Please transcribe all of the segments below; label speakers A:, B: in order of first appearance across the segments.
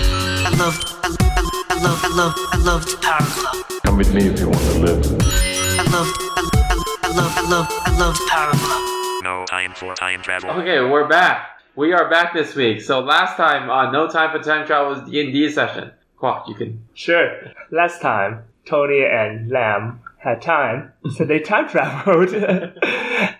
A: love, I love, I love, I love the power of love.
B: Come with me if you want to live.
A: I love, I love, I love, I love the power of love.
C: No time for time travel.
D: Okay, we're back. We are back this week. So last time on No Time for Time Travel was D and D session. Quack, you can.
E: Sure. Last time, Tony and Lamb had time, so they time traveled.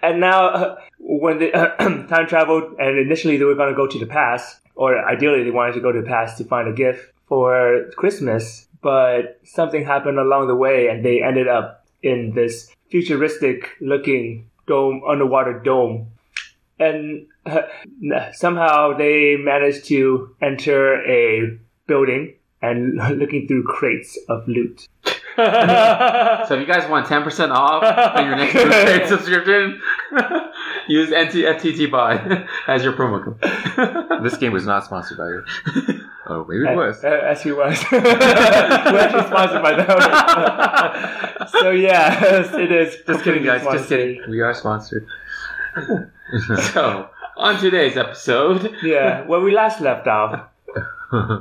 E: and now, uh, when they time traveled, and initially they were going to go to the past, or ideally they wanted to go to the past to find a gift for Christmas, but something happened along the way, and they ended up in this futuristic-looking dome, underwater dome. And uh, somehow they managed to enter a building and looking through crates of loot.
D: So if you guys want ten percent off on your next paid subscription, use NT FTT buy as your promo code.
F: This game was not sponsored by you. Oh, maybe it was.
E: Uh, as he was. We're actually sponsored by them. so yeah, it is.
D: just kidding,
E: completely
D: guys. Just kidding. We are sponsored. so on today's episode,
E: sponsored. Yeah, where we last left off,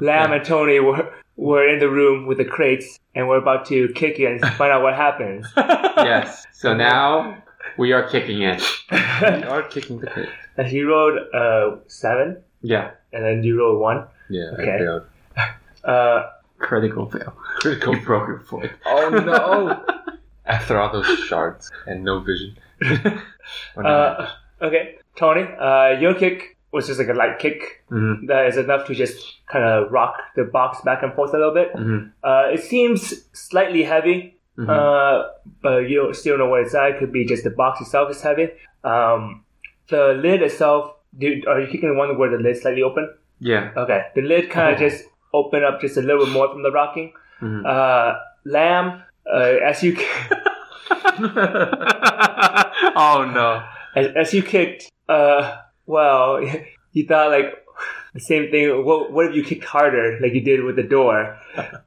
E: Lamb and Tony were were in the room with the crates, and we're about to kick in and find out what happens.
D: yes. So now we are kicking it.
F: We are kicking the pit.
E: And he rolled uh seven,
D: Yeah.
E: and then you rolled one.
F: Yeah, I
E: Okay.
F: failed.
E: Uh,
D: Critical fail.
F: Critical
D: You broke your foot.
F: Oh no! After all those shards and no vision. Or no
E: uh, okay, Tony, uh, your kick was just like a light kick.
D: Mhm.
E: that is enough to just kind of rock the box back and forth a little bit.
D: Mhm.
E: Uh, it seems slightly heavy,
F: Mm-hmm.
D: Mhm.
E: uh, but you don't, still don't know what inside. Could be just the box itself is heavy. Um, the lid itself. Do, are you kicking the one where the lid slightly open?
D: Yeah.
E: Okay, the lid kind of just open up just a little bit more from the rocking.
F: Mm-hmm.
D: Mhm.
E: Uh, lamb, uh, as you
D: oh no.
E: as, as you kicked, uh, well, you thought like the same thing. What, what if you kicked harder, like you did with the door?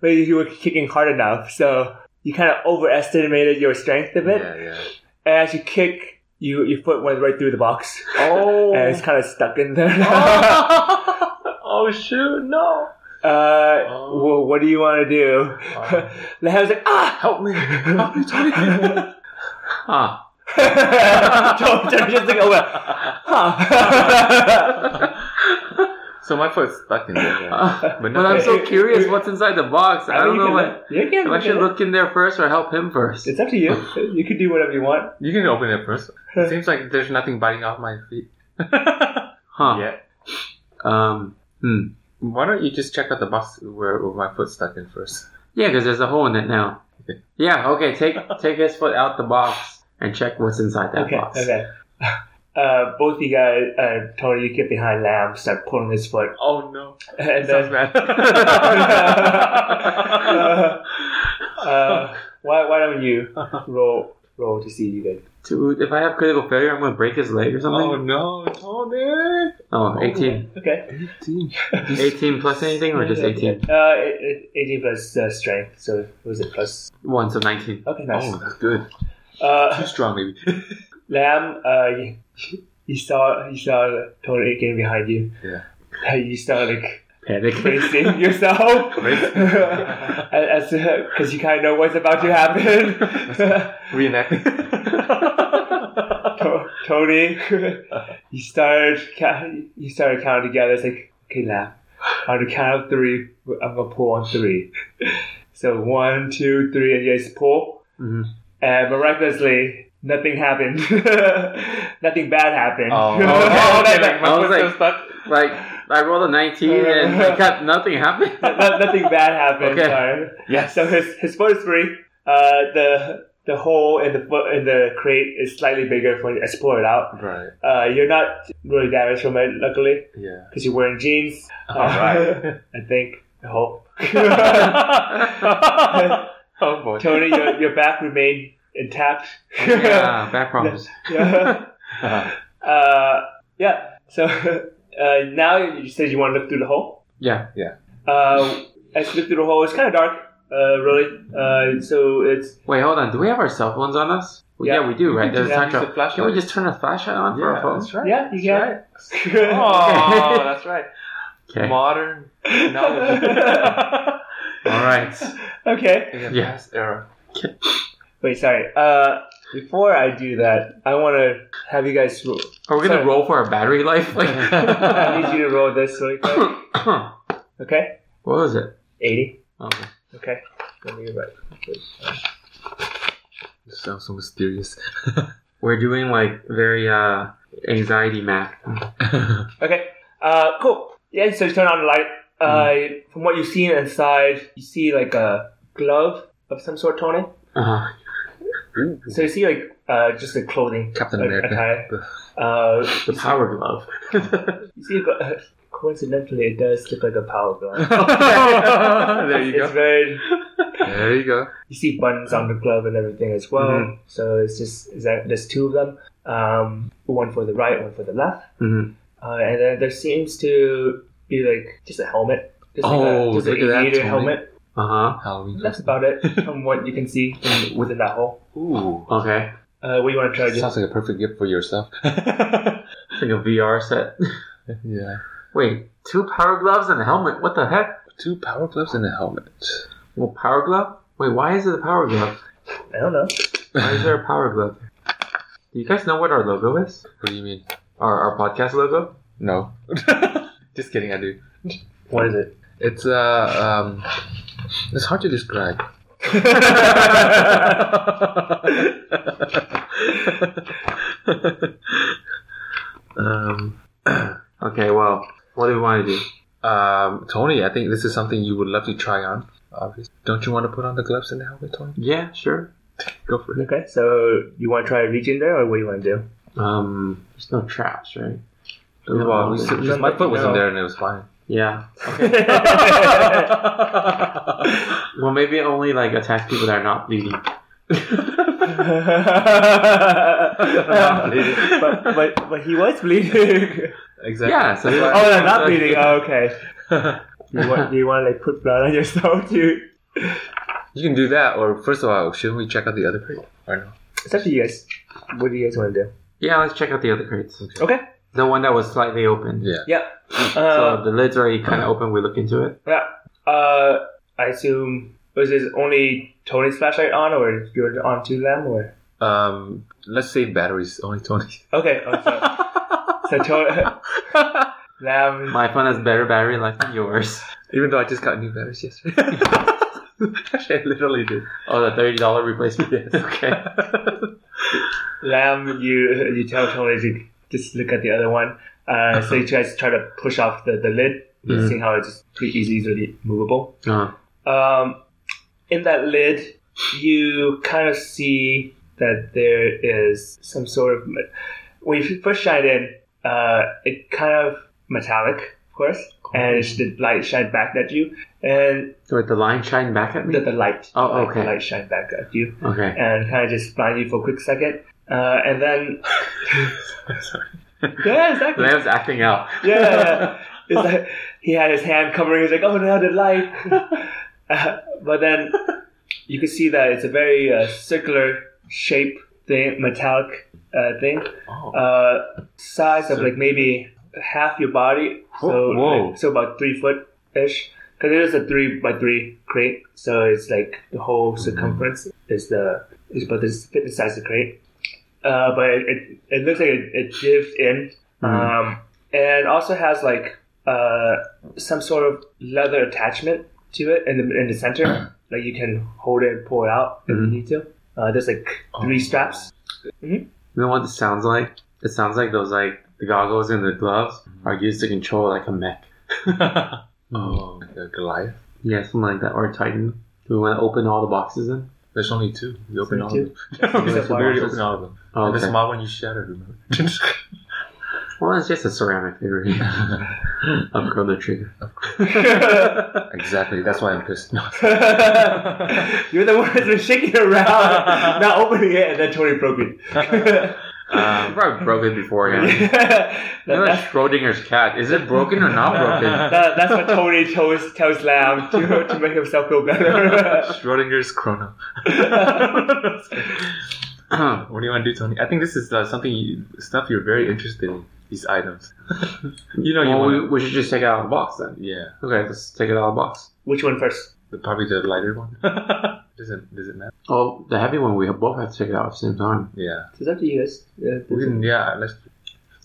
E: but you were kicking hard enough, so you kind of overestimated your strength a bit.
F: Yeah, yeah.
E: And as you kick, you your foot went right through the box,
F: Oh!
E: and it's kind of stuck in there.
F: oh shoot, no!
E: uh,
F: Oh.
E: well, what do you want to do?
F: Oh.
E: And I was like, ah!
F: Help me! Help me, Tony!
D: Huh.
E: Don't- don't just think, oh well, huh?
F: so my foot's stuck in there. yeah.
D: but,
F: But no-
D: I'm so curious what's inside the box. I, don't
E: mean,
D: know
E: you
D: what.
E: can- you can
D: If I should
E: look.
D: look in there first or help him first.
E: It's up to you. You can do whatever you want.
F: You can open it first. It seems like there's nothing biting off my feet.
D: Huh.
F: Yeah.
D: Um. Hmm.
F: Why don't you just check out the box where, where my foot's stuck in first?
D: Yeah, because there's a hole in it now. Yeah. Okay. Take take his foot out the box and check what's inside that
E: Okay,
D: box.
E: okay. Uh, both you guys, uh, Tony, you get behind Lamb, start pulling his foot,
F: Oh no!
E: and
F: Sounds
E: then
F: bad.
E: uh, why why don't you roll roll to see you guys?
D: Dude, if I have critical failure, I'm gonna break his leg or
F: oh
D: something.
F: no, Tony!
D: Oh, 18.
E: Okay,
D: 18 plus anything or just 18?
E: Uh, it- it- eighteen plus uh, strength, so what was it plus?
D: One, so 19.
E: Okay, nice.
F: Oh, that's good.
E: Uh,
F: Too strong, maybe.
E: Lamb, uh, you, you saw you saw Tony getting behind you.
F: Yeah.
E: Uh, you start like
D: Panic.
E: bracing yourself
F: Bracing.
E: as because you kind of know what's about to happen.
F: Reenacting.
E: To- Tony, you started ca- you started counting together. It's like okay, now on the count of three, I'm gonna pull on three. So one, two, three, and you just pull.
D: Mhm.
E: And miraculously, nothing happened. nothing bad happened.
F: Oh.
D: Oh, okay, like,
E: No-
D: I was
F: foot's
D: like- Like, I rolled a 19 and I got nothing happened.
E: no- nothing bad happened.
D: Okay.
E: sorry.
F: yes.
E: So his his foot is free. Uh, the the hole in the foot in the crate is slightly bigger for you to pull it out.
F: Right.
E: Uh, you're not really damaged from it, luckily,
F: Yeah.
E: because you're wearing jeans.
F: All right.
E: I think. I hope.
F: oh boy.
E: Tony, your, your back remained intact.
D: yeah, back problems.
E: yeah. Uh, yeah. So uh, now you said you want to look through the hole.
D: Yeah.
E: Uh, as you look through the hole, it's kind of dark, uh, really. Uh, so it's
D: Wait, hold on. Do we have our cell phones on us? Well,
E: Yeah.
D: yeah, we do, right? There's a
E: Yeah.
D: time
F: Use
D: travel.
F: the flashlight.
D: Can we just turn a flashlight on for our
F: Yeah,
D: phones?
F: that's right.
E: yeah, you
F: That's
E: can.
F: right. Oh, that's right.
D: Okay. All
F: Modern knowledge.
D: right.
E: okay.
F: Yeah,
D: Yeah.
F: past era.
E: Wait, sorry. Uh, before I do that, I want to have you guys. Roll.
D: Are we gonna
E: Sorry.
D: roll for our battery life? Like,
E: I need you to roll this really quick.
D: what
E: Okay,
D: was it?
E: eighty.
D: Okay.
E: Okay, let me get right.
F: You sound so mysterious.
D: We're doing like very uh anxiety math.
E: Okay. Uh, cool. Yeah, so you turn on the light. Uh,
D: Mm.
E: From what you've seen inside, you see like a glove of some sort, Tony.
D: Uh,
E: So you see like uh, just the clothing,
F: Captain
E: like,
F: America.
E: attire. Uh,
D: the power glove.
E: you see, uh, coincidentally, it does look like a power glove.
D: there you
E: It's
D: go.
E: very.
F: There you go.
E: You see buttons on the glove and everything as well.
F: Mm-hmm.
D: Mhm.
E: So it's just is that there's two of them. Um, one for the right, one for the left.
F: Mm-hmm.
D: Mhm.
E: Uh, and then there seems to be like just a helmet, just like
F: Oh,
E: a, just
F: look at
E: an
F: that,
E: aviator
F: Tony.
E: helmet.
D: Uh
F: Halloween.
E: That's about it from what you can see in, within that hole.
F: Ooh.
D: huh. Okay.
E: Uh, what do you want to try? Just
F: Sounds like a perfect gift for yourself.
D: It's like a VR set.
F: yeah.
D: Wait, two power gloves and a helmet. What the heck?
F: Two power gloves and a helmet.
D: Well, power glove. Wait, why is it a power glove?
E: I don't know.
D: Why is there a power glove? Do you guys know what our logo is?
F: What do you mean?
D: Our, our podcast logo?
F: No. Just kidding, I do.
E: What is it?
F: It's uh um it's hard to describe.
D: Um. okay. Well, what do we want to do?
F: um Tony, I think this is something you would love to try on. Obviously. Don't you want to put on the gloves and the helmet, Tony?
D: Yeah. Sure.
F: Go for it.
E: Okay, so you want to try reaching there, or what do you want to do?
D: Um. There's no traps, right?
F: Well, we still,
E: Just
F: my
E: let
F: foot
E: you
F: wasn't
E: know.
F: there and it was fine.
D: yeah. Well, maybe only like attack people that are not bleeding.
E: but, but but he was bleeding.
F: Exactly.
D: yeah. So
E: Oh, no, not bleeding. Oh, okay. Do you want do you want to like put blood on yourself, dude?
F: You can do that, or first of all, shouldn't we check out the other crate? Or no?
E: It's up to you guys. What do you guys want to do?
D: Yeah. Let's check out the other crates.
E: Okay.
D: The one that was slightly open.
F: Yeah.
E: Yeah. Uh,
D: So the lid's already kind of open. We look into it.
E: Yeah. Uh, I assume was this only Tony's flashlight on, or you're on to them, or
F: Um, let's save batteries. Only Tony.
E: okay. okay. so Tony, Lam,
D: My phone has better battery life than yours.
F: Even though I just got new batteries yesterday. I literally did.
D: Oh, the thirty dollar replacement. Okay.
E: Lam, you you tell Tony to just look at the other one. Uh, so you guys try to push off the the lid,
D: Mhm.
E: seeing how it's just pretty easy, easily movable.
D: Uh,
E: Um, in that lid, you kind of see that there is some sort of. me- When you first shine in, uh, it kind of metallic, of course, and it's the light shine back at you, and
D: wait, the line shine back at me.
E: the, the light,
D: Oh,
E: like,
D: okay.
E: the light shine back at you,
D: Okay.
E: and kind of just blind you for a quick second, uh, and then. yeah, exactly.
D: Lamb's acting out.
E: Yeah. It's like he had his hand covering. He's like, oh no, the light. Uh, but then you can see that it's a very uh, circular shape thing, metallic uh, thing,
F: Oh.
E: uh, size of like maybe half your body. So
F: Whoa, Oh, whoa.
E: like- so about three foot ish. Because it is a three by three crate, so it's like the whole
F: Mm-hmm.
E: circumference is the is about this fit the size of the crate. Uh, but it, it, it looks like it, it divs in
F: Mm-hmm.
E: um, and also has like uh, some sort of leather attachment to it in the in the center. like you can hold it and pull it out if
D: Mhm.
E: you need to. Uh, there's like
F: Mm-hmm.
E: three
F: Oh.
E: straps.
D: You know what this sounds like? It sounds like those like the goggles and the gloves are used to control like a mech.
F: Oh, like a Goliath.
D: Yeah, something like that, or a Titan. Do we want to open all the boxes in?
F: There's only two. You open all
E: There's only
F: of them.
E: There's
F: we
E: a
F: already
E: box.
F: opened all of them.
D: Oh,
F: And the
D: okay.
F: small one you shattered, remember?
D: Well, it's just a ceramic figurine of Chrono Trigger.
F: exactly. That's why I'm pissed. No.
E: You're the one that's been shaking it around, not opening it, and then totally broke it.
D: Um, probably broken beforehand. Yeah.
E: That-
F: Um,
D: That's
E: that's,
D: Schrodinger's cat. Is it broken or not broken?
E: that- that's what Tony tells, tells Lam to, to make himself feel better.
F: Schrodinger's chrono. what do you want to do, Tony? I think this is uh, something you, stuff you're very interested in. these items.
D: You know,
F: you
D: well,
F: wanna-
D: we, we should just take it out of the box then.
F: Yeah,
D: Okay, let's take it out of the box.
E: Which one first?
F: the, probably the lighter one. does it does it matter?
D: Oh, the heavy one. We have both have to take it out at the same time.
F: Yeah,
E: Is that the US? Yeah,
F: we can. Yeah, let's.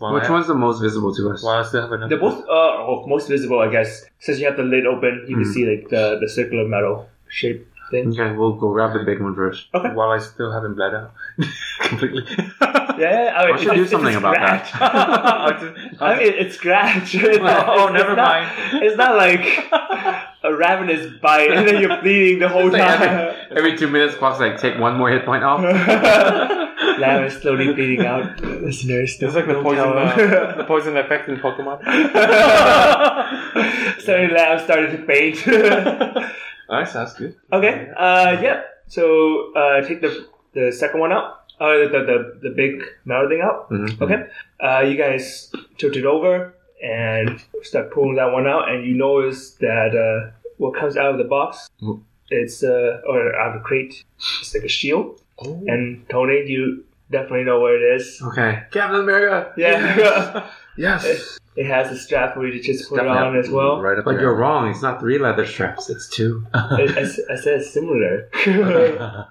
F: Well,
D: Which
F: I-
D: one's the most visible to us?
F: Well, I still have another.
E: They're both uh, oh, most visible, I guess. Since you have the lid open, you can see like the, the circular metal shape thing.
D: Okay, we'll go grab the big one first.
F: While I still haven't bled out completely.
E: Yeah, I mean,
D: I should do something about that.
E: that. I mean, it's scratch.
F: Oh,
E: It's
F: never
E: not-
F: mind.
E: It's not like a ravenous bite and then you're bleeding the whole time.
D: Every, every two minutes, clock's like take one more hit point off.
E: Lamb is slowly bleeding out. Listeners,
F: It's like the poison, uh, the poison effect in Pokemon.
E: Sorry, Lamb started to faint.
F: Alright, sounds good.
E: okay, uh, yeah. So uh, take the the second one out. Uh, the, the the big metal thing out. Okay. Uh, you guys tilt it over and start pulling that one out, and you notice that uh, what comes out of the box, it's uh, or out of the crate, it's like a shield. And Tony, you definitely know where it is.
D: Okay, Captain America.
E: Yeah,
F: Yes.
E: it has a strap where you just put it on as well.
F: Right up
D: But
F: there.
D: you're wrong. It's not three leather straps. It's two.
E: It- I, s- I said similar.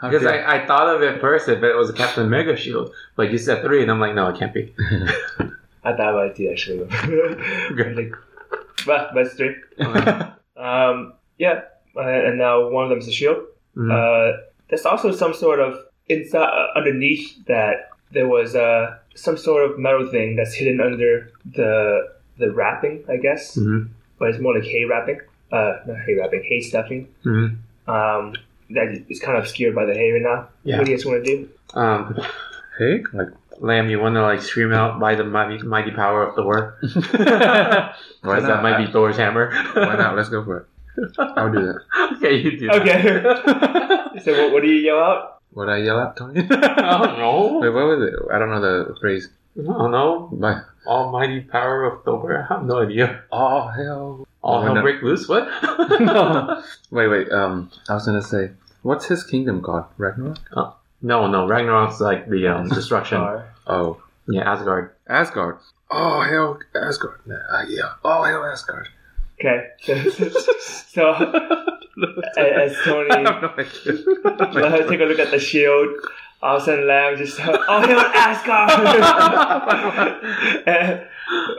D: Because I, I thought of it first, but it was a Captain Mega shield. But you said three, and I'm like, no, it can't be.
E: I thought about it actually. like, but but it's three. Um, yeah, uh, and now one of them is a shield.
D: Mhm.
E: Uh, there's also some sort of inside uh, underneath that there was uh, some sort of metal thing that's hidden under the the wrapping, I guess,
D: Mhm.
E: but it's more like hay wrapping. Uh, not hay wrapping, hay stuffing.
D: Mhm.
E: Um, that is kind of obscured by the hay right now.
D: Yeah.
E: What do you guys want to do?
D: Um,
F: Hey, like,
D: Lamb, you want to like scream out by the mighty, mighty power of Thor?
F: why
D: Because that might be Thor's hammer.
F: Why not? Let's go for it. I'll do that.
D: okay, you do. that.
E: Okay. so what, what do you yell out?
F: What I yell at, Tony?
D: I don't know.
F: Wait, what was it? I don't know the phrase.
D: I don't know.
F: My,
D: Almighty power of Thor. I have no idea.
F: oh hell!
D: All
F: Why
D: hell
F: not?
D: break loose. What?
F: Wait, wait. Um, I was gonna say, what's his kingdom called? Ragnarok.
D: no, no. Ragnarok's like the um, destruction.
E: Or-
F: Oh,
D: Yeah, Asgard.
F: Asgard. Oh hell, Asgard. Nah, ah, yeah. Oh hell, Asgard.
E: Okay. So, so as, as Tony
F: I have no idea.
E: let her take a look at the shield, all of a sudden Lamb just oh he would ask her. and,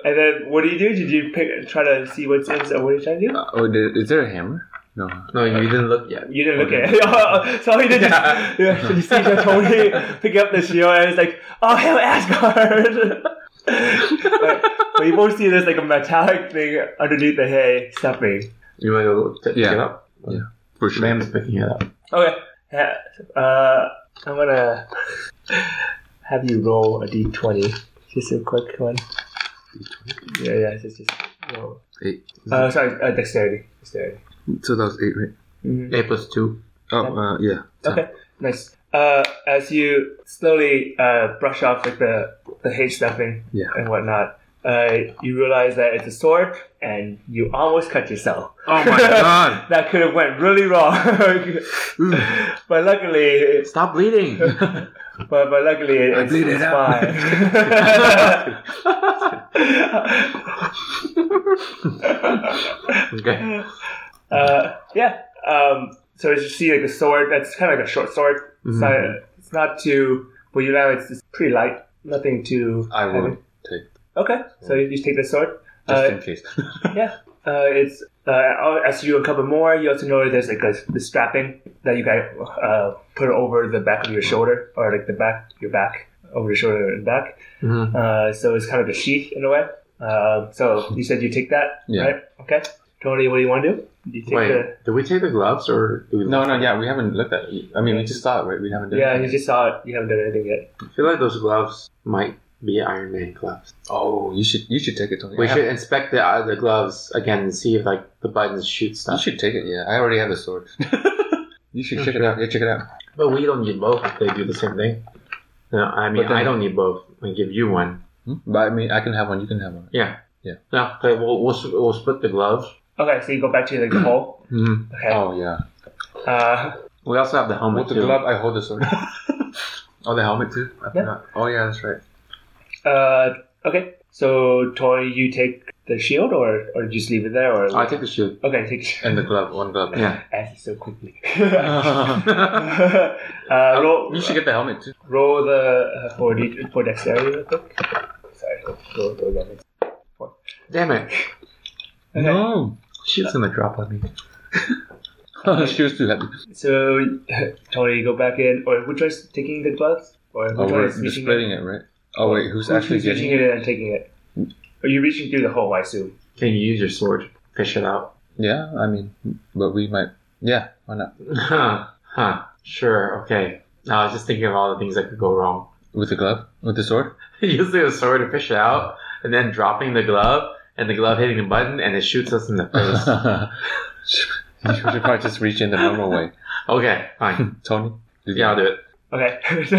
E: and then what do you do? Did you pick, try to see what's in? So what are you trying to do?
F: oh, did, is there a hammer? No.
D: No, you didn't look yet.
E: You didn't look at it. so he did just, yeah. so you see that Tony pick up the shield and it's like, oh hell, Asgard. but, but you both see there's like a metallic thing underneath the hay stuffing.
D: You want to go t-
F: Yeah.
D: pick it up?
F: For sure.
D: Lamb's picking it up.
E: Okay. Yeah, Uh, I'm gonna have you roll a d20. Just a quick one. Yeah, yeah, just, just roll.
F: Eight.
E: Uh, sorry, uh, dexterity. Dexterity.
F: So that was eight, right?
E: Mhm.
D: A plus two.
F: Oh, uh, yeah.
E: Okay, nice. Uh, as you slowly uh, brush off like the the hate stuffing
F: Yeah.
E: and whatnot, uh, you realize that it's a sword, and you almost cut yourself.
F: Oh my god.
E: That could have went really wrong, but luckily
D: Stop bleeding.
E: But, but luckily, it, it's,
F: bleed it
E: it's
F: out.
E: fine.
D: okay.
E: uh, yeah. Um, so as you see, like a sword, that's kind of like a short sword.
F: Mm-hmm.
E: It's, not, it's not too, but you know, it's, it's pretty light. Nothing too.
F: I
E: heavy.
F: will take
E: Okay, so you just take the sword.
F: just
E: Uh,
F: in case.
E: yeah. Uh, it's uh, as you uncover more, you also know there's like a the strapping that you guys uh, put over the back of your shoulder, or like the back, your back, over your shoulder and back.
D: Mhm.
E: Uh, so it's kind of a sheath in a way. Uh, so you said you take that,
F: Yeah.
E: right? Okay. Tony, what do you want to do? You take
D: Wait,
E: the,
D: did we take the gloves or do we
F: No, no, yeah, we haven't looked at it. I mean, we just saw it, right? We haven't done
E: yeah,
F: it.
E: you just saw it. You haven't done anything yet.
D: I feel like those gloves might be Iron Man gloves.
F: Oh, you should you should take it, Tony.
D: We
F: I have-
D: should inspect the uh, the gloves again and see if like the buttons shoot
F: You
D: stuff.
F: should take it. Yeah, I already have the sword. you should check it out. Yeah, check it out.
D: But we don't need both if they do the same thing. No, I mean
F: But then-
D: I don't need both. I give you one.
F: Hmm? But I mean, I can have one. You can have one.
D: Yeah.
F: Yeah.
D: No, okay, we'll, we'll, s- we'll split the gloves.
E: Okay, so you go back to like, the hole.
D: Mm-hmm.
E: Okay.
F: Oh yeah.
E: Uh,
D: We also have the helmet
F: With the
D: too.
F: glove, I hold the sword. oh, the helmet too. I forgot. Oh yeah, that's right.
E: uh, Okay. So, Toy, you take the shield or, or just leave it there? Or
D: I take the shield.
E: Okay, take the shield.
F: And the glove, one glove.
D: Yeah.
E: Ask so quickly.
D: I
E: uh, roll,
F: You should get the helmet too.
E: roll the uh, for, de- for dexterity real quick. Sorry. Roll, roll that.
D: Damn it.
E: Okay.
F: No.
D: Shit's gonna drop on me.
F: she was too happy.
E: So, Tony, go back in. Or which one's taking the gloves? Or which
F: Oh,
E: one
F: we're
E: is reaching it?
F: splitting it, right? Oh, wait, who's
E: Who's
F: actually
E: who's reaching
F: getting it?
E: it and taking it? Are you reaching through the hole? I assume.
D: Can you use your sword to fish it out?
F: Yeah, I mean, but we might. Yeah, why not?
D: Huh. Huh. Sure. Okay. I was just thinking of all the things that could go wrong.
F: With the glove? With the sword?
D: Using a sword to fish it out, and then dropping the glove, and the glove hitting the button, and it shoots us in the face.
F: you should probably just reach in the normal way.
D: okay. Fine.
F: Tony? did
D: Yeah, I'll do it.
E: Okay.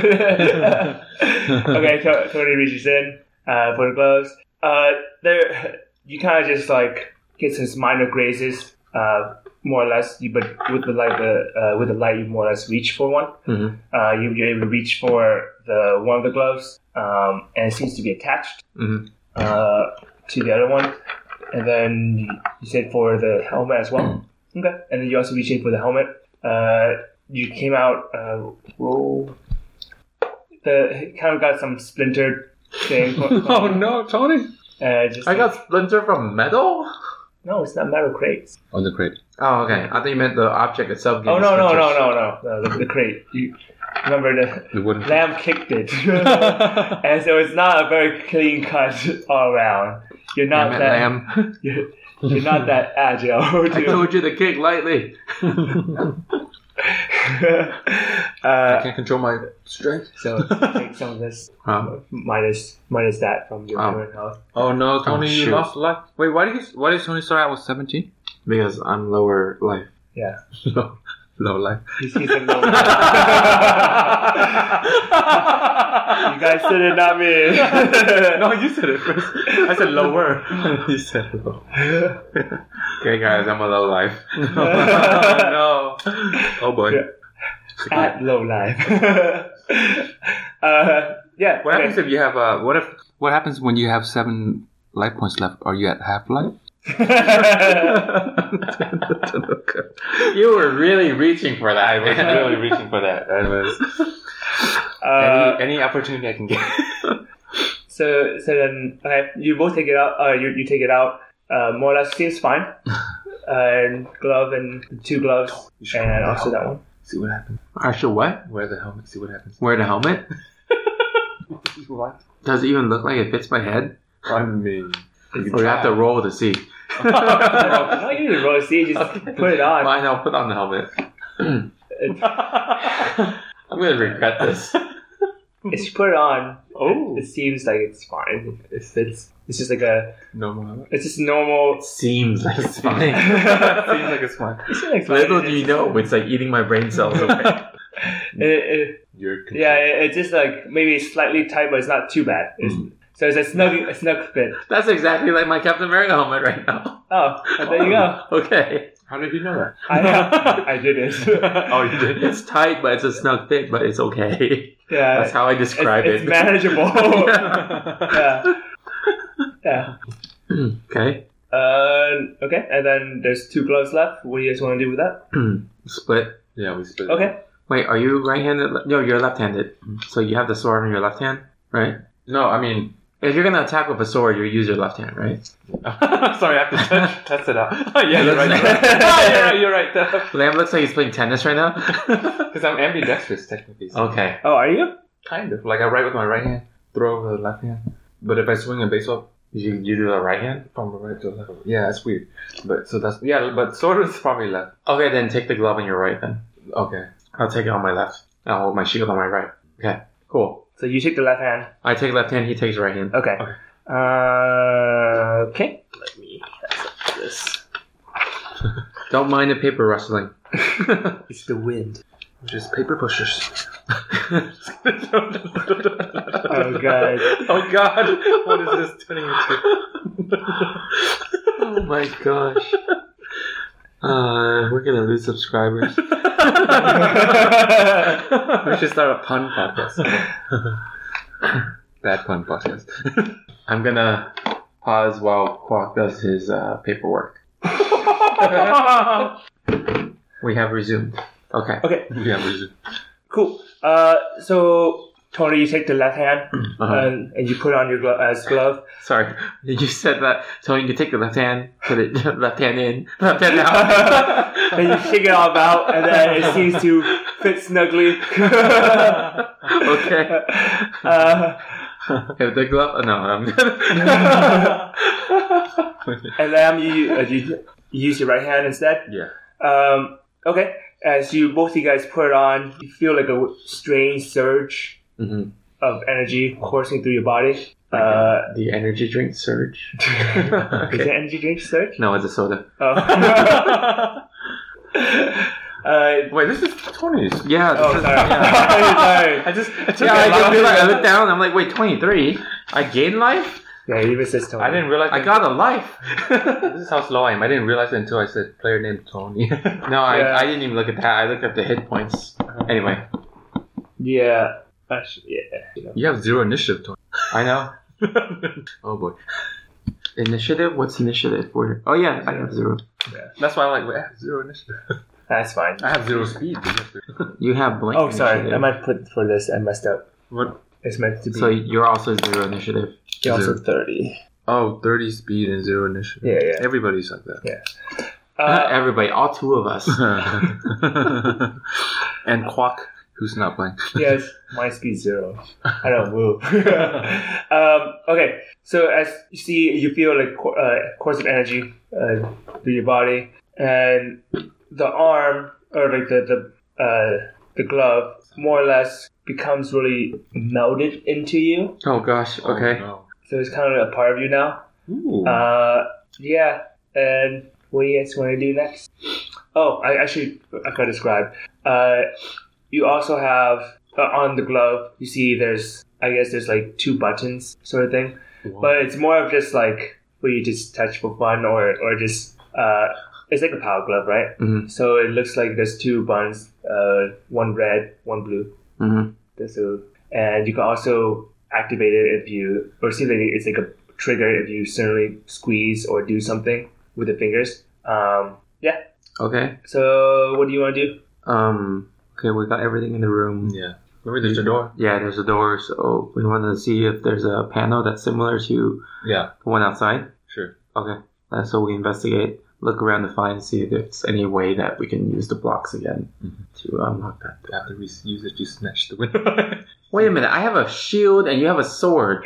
E: okay. To- Tony reaches in uh, for the gloves. Uh, there, you kind of just like get some minor grazes, uh, more or less. You but with the light, the uh, with the light, you more or less reach for one.
D: Mhm.
E: Uh, you, you're able to reach for the one of the gloves, um, and it seems to be attached
D: Mhm.
E: uh, to the other one. And then you- you said for the helmet as well. Okay. And then you also reach in for the helmet. Uh, you came out. Uh, roll. The kind of got some splintered thing.
F: Oh no, Tony!
E: Uh, just
D: I got splinter from metal.
E: no. It's not metal crates.
F: On the crate.
D: Oh, okay. I thought you meant the object itself.
E: Oh no no no no no. no the, the crate. You remember the
F: The wooden crate.
E: lamb kicked it, and so it's not a very clean cut all around. You're
D: I
E: not
D: meant
E: that.
D: lamb.
E: You're, you're not that agile.
D: I
E: dude.
D: told you to kick lightly.
E: uh,
F: I can't control my strength.
E: So take some of this
D: Um,
E: minus minus that from your
D: Oh.
E: current health.
F: Oh no, Tony, you
D: shoot.
F: lost life. Wait, why did you, why did Tony start out with 17?
D: because I'm lower life.
E: Yeah,
F: Low, low life.
E: he's, he's a low. you guys said it, not me.
D: Oh,
F: No, you said it first. I said lower. you said low.
D: Okay, guys, I'm a low life.
F: no. Oh boy.
E: Yeah. At low life. uh, yeah.
F: What
E: okay.
F: happens if you have uh what if what happens when you have seven life points left? Are you at half life?
D: You were really reaching for that. I was really reaching for that.
E: uh,
F: any opportunity I can get.
E: so so then okay, you both take it out. Uh, you you take it out. Uh, more or less seems fine. and glove and two gloves and also that one.
F: See what happens.
D: Actually, what?
F: Wear the helmet, see what happens.
D: Wear the helmet?
F: What?
D: Does it even look like it fits my head?
F: I mean
D: Or you have to roll to see?
E: no, you need to roll a C. Just put it on.
D: Fine, I'll put on the helmet. I'm gonna regret this.
E: It's put it on.
F: Oh.
E: It seems like it's fine. It fits. It's just like a.
F: No more helmet.
E: It's just normal.
D: Seems like it's fine.
F: Seems like it's fine.
E: It's just like fine.
D: Little
E: It-
D: do you know, it's like eating my brain cells away.
E: it- it-
F: You're
E: yeah, it- it's just like maybe it's slightly tight, but it's not too bad. It's, So it's a snug, a snug fit.
D: That's exactly like my Captain America helmet right now.
E: Oh, there you go.
D: Okay.
F: How did you know that?
E: I, I did it.
F: Oh, you did.
D: It's tight, but it's a snug fit, but it's okay.
E: yeah,
D: That's how I
E: it's,
D: describe
E: it's
D: it.
E: manageable.
D: Yeah.
E: yeah. yeah.
D: Okay.
E: Uh, okay, and then there's two gloves left. What do you guys want to do with that?
D: Split.
F: Yeah, we split.
E: Okay.
D: Wait, are you right-handed? No, you're left-handed. So you have the sword in your left hand, right?
F: No, I mean
D: If you're gonna attack with a sword, you use your left hand, right?
F: Sorry, I have to test, test it out. yeah, you're right. You're right. Oh, you're right. You're right.
D: Lamb looks like he's playing tennis right now.
F: Because I'm ambidextrous technically. so
D: okay.
E: Oh, are you?
F: Kind of. Like I write with my right hand, throw with the left hand. But if I swing a baseball,
D: You, you do the right hand?
F: from the right to the left. Yeah, that's weird. But so that's yeah. But sword is probably left.
D: Okay, then take the glove on your right then.
F: Okay.
D: I'll take it on my left. I'll hold my shield on my right. Okay, cool.
E: So you take the left hand.
D: I take left hand, he takes right hand.
E: Okay. Uh, okay. Let me accept this.
D: Don't mind the paper rustling.
E: It's the wind.
F: Just paper pushers.
E: Oh
F: oh
E: god.
F: Oh god. What is this turning into?
D: Oh my gosh. Uh, we're gonna lose subscribers.
F: We should start a pun podcast. Bad pun podcast.
D: I'm gonna pause while Quark does his uh, paperwork. We have resumed. Okay.
E: okay,
F: Yeah, we should-
E: cool. Uh, so Tony, you take the left hand
D: Uh-huh.
E: and, and you put on your glo- as glove.
D: Sorry, you said that. So you can take the left hand, put it left hand in, left hand out.
E: and you kick it all out, and then it seems to fit snugly.
D: okay.
E: Uh,
D: Have the glove? No, I'm
E: and then you, uh, you you use your right hand instead.
D: yeah.
E: Um, okay, as you both you guys put it on, you feel like a strange surge
D: Mhm.
E: of energy coursing through your body. Uh,
D: Uh, the energy drink surge.
E: Is
D: okay.
E: it energy drink surge?
D: No, it's a soda.
E: Oh. uh,
F: Wait, this is Tony's.
D: Yeah.
E: oh,
D: this
E: sorry.
D: is- yeah.
E: sorry.
D: I just, I
F: took a
D: yeah, I, just
F: lot.
D: realized, I looked down. I'm like, wait, 23. I gained life.
E: Yeah, even says Tony.
F: I didn't realize.
D: I got a life.
F: This is how slow I am. I didn't realize it until I said player named Tony.
D: No, I,
E: Yeah. Uh-huh.
D: I didn't even look at that. I looked at the hit points. Anyway,
E: Yeah. Actually, yeah.
F: you have zero initiative, Tony.
D: I know
F: Oh boy.
D: initiative. What's initiative for? Oh yeah, I have zero.
F: That's why I'm like, wait, I have zero initiative.
E: That's fine.
F: I have zero speed. but you have to-
D: You have blank.
E: Oh, sorry.
D: initiative.
E: I might put for this. I messed up.
F: What?
E: It's meant to be
D: So you're also zero initiative.
E: you're also
F: zero.
E: 30.
F: Oh, 30 speed and zero initiative.
E: Yeah, yeah.
F: Everybody's like that.
E: Uh,
D: Everybody, all two of us.
F: and Quack, who's not playing.
E: yes, my speed zero. I don't move. um, okay, so as you see, you feel like co- uh, course of energy uh, through your body, and the arm or like the the uh, the glove more or less becomes really melded into you.
D: Oh gosh. Okay.
F: Oh,
E: So it's kind of a part of you now.
F: no.
E: Uh, yeah, and what do you guys want to do next? Oh, I actually I gotta describe. Uh, you also have uh, on the glove. You see, there's I guess there's like two buttons sort of thing, but it's more of just like where you just touch for fun or or just uh, it's like a power glove, right?
D: Mhm.
E: So it looks like there's two buttons, uh, one red, one blue.
D: Mhm.
E: This will- and you can also activate it if you, or see that it's like a trigger if you certainly squeeze or do something with the fingers. Um, yeah.
D: Okay.
E: So what do you want to do?
D: Um. Okay, we got everything in the room.
F: Yeah. Remember there's a door?
D: Yeah, there's a door, so we want to see if there's a panel that's similar to
F: Yeah,
D: the one outside.
F: sure.
D: Okay. Uh, so we investigate, look around to find, see if there's any way that we can use the blocks again to unlock that.
F: After we use it, you smash the window.
D: Wait a minute, I have a shield and you have a sword.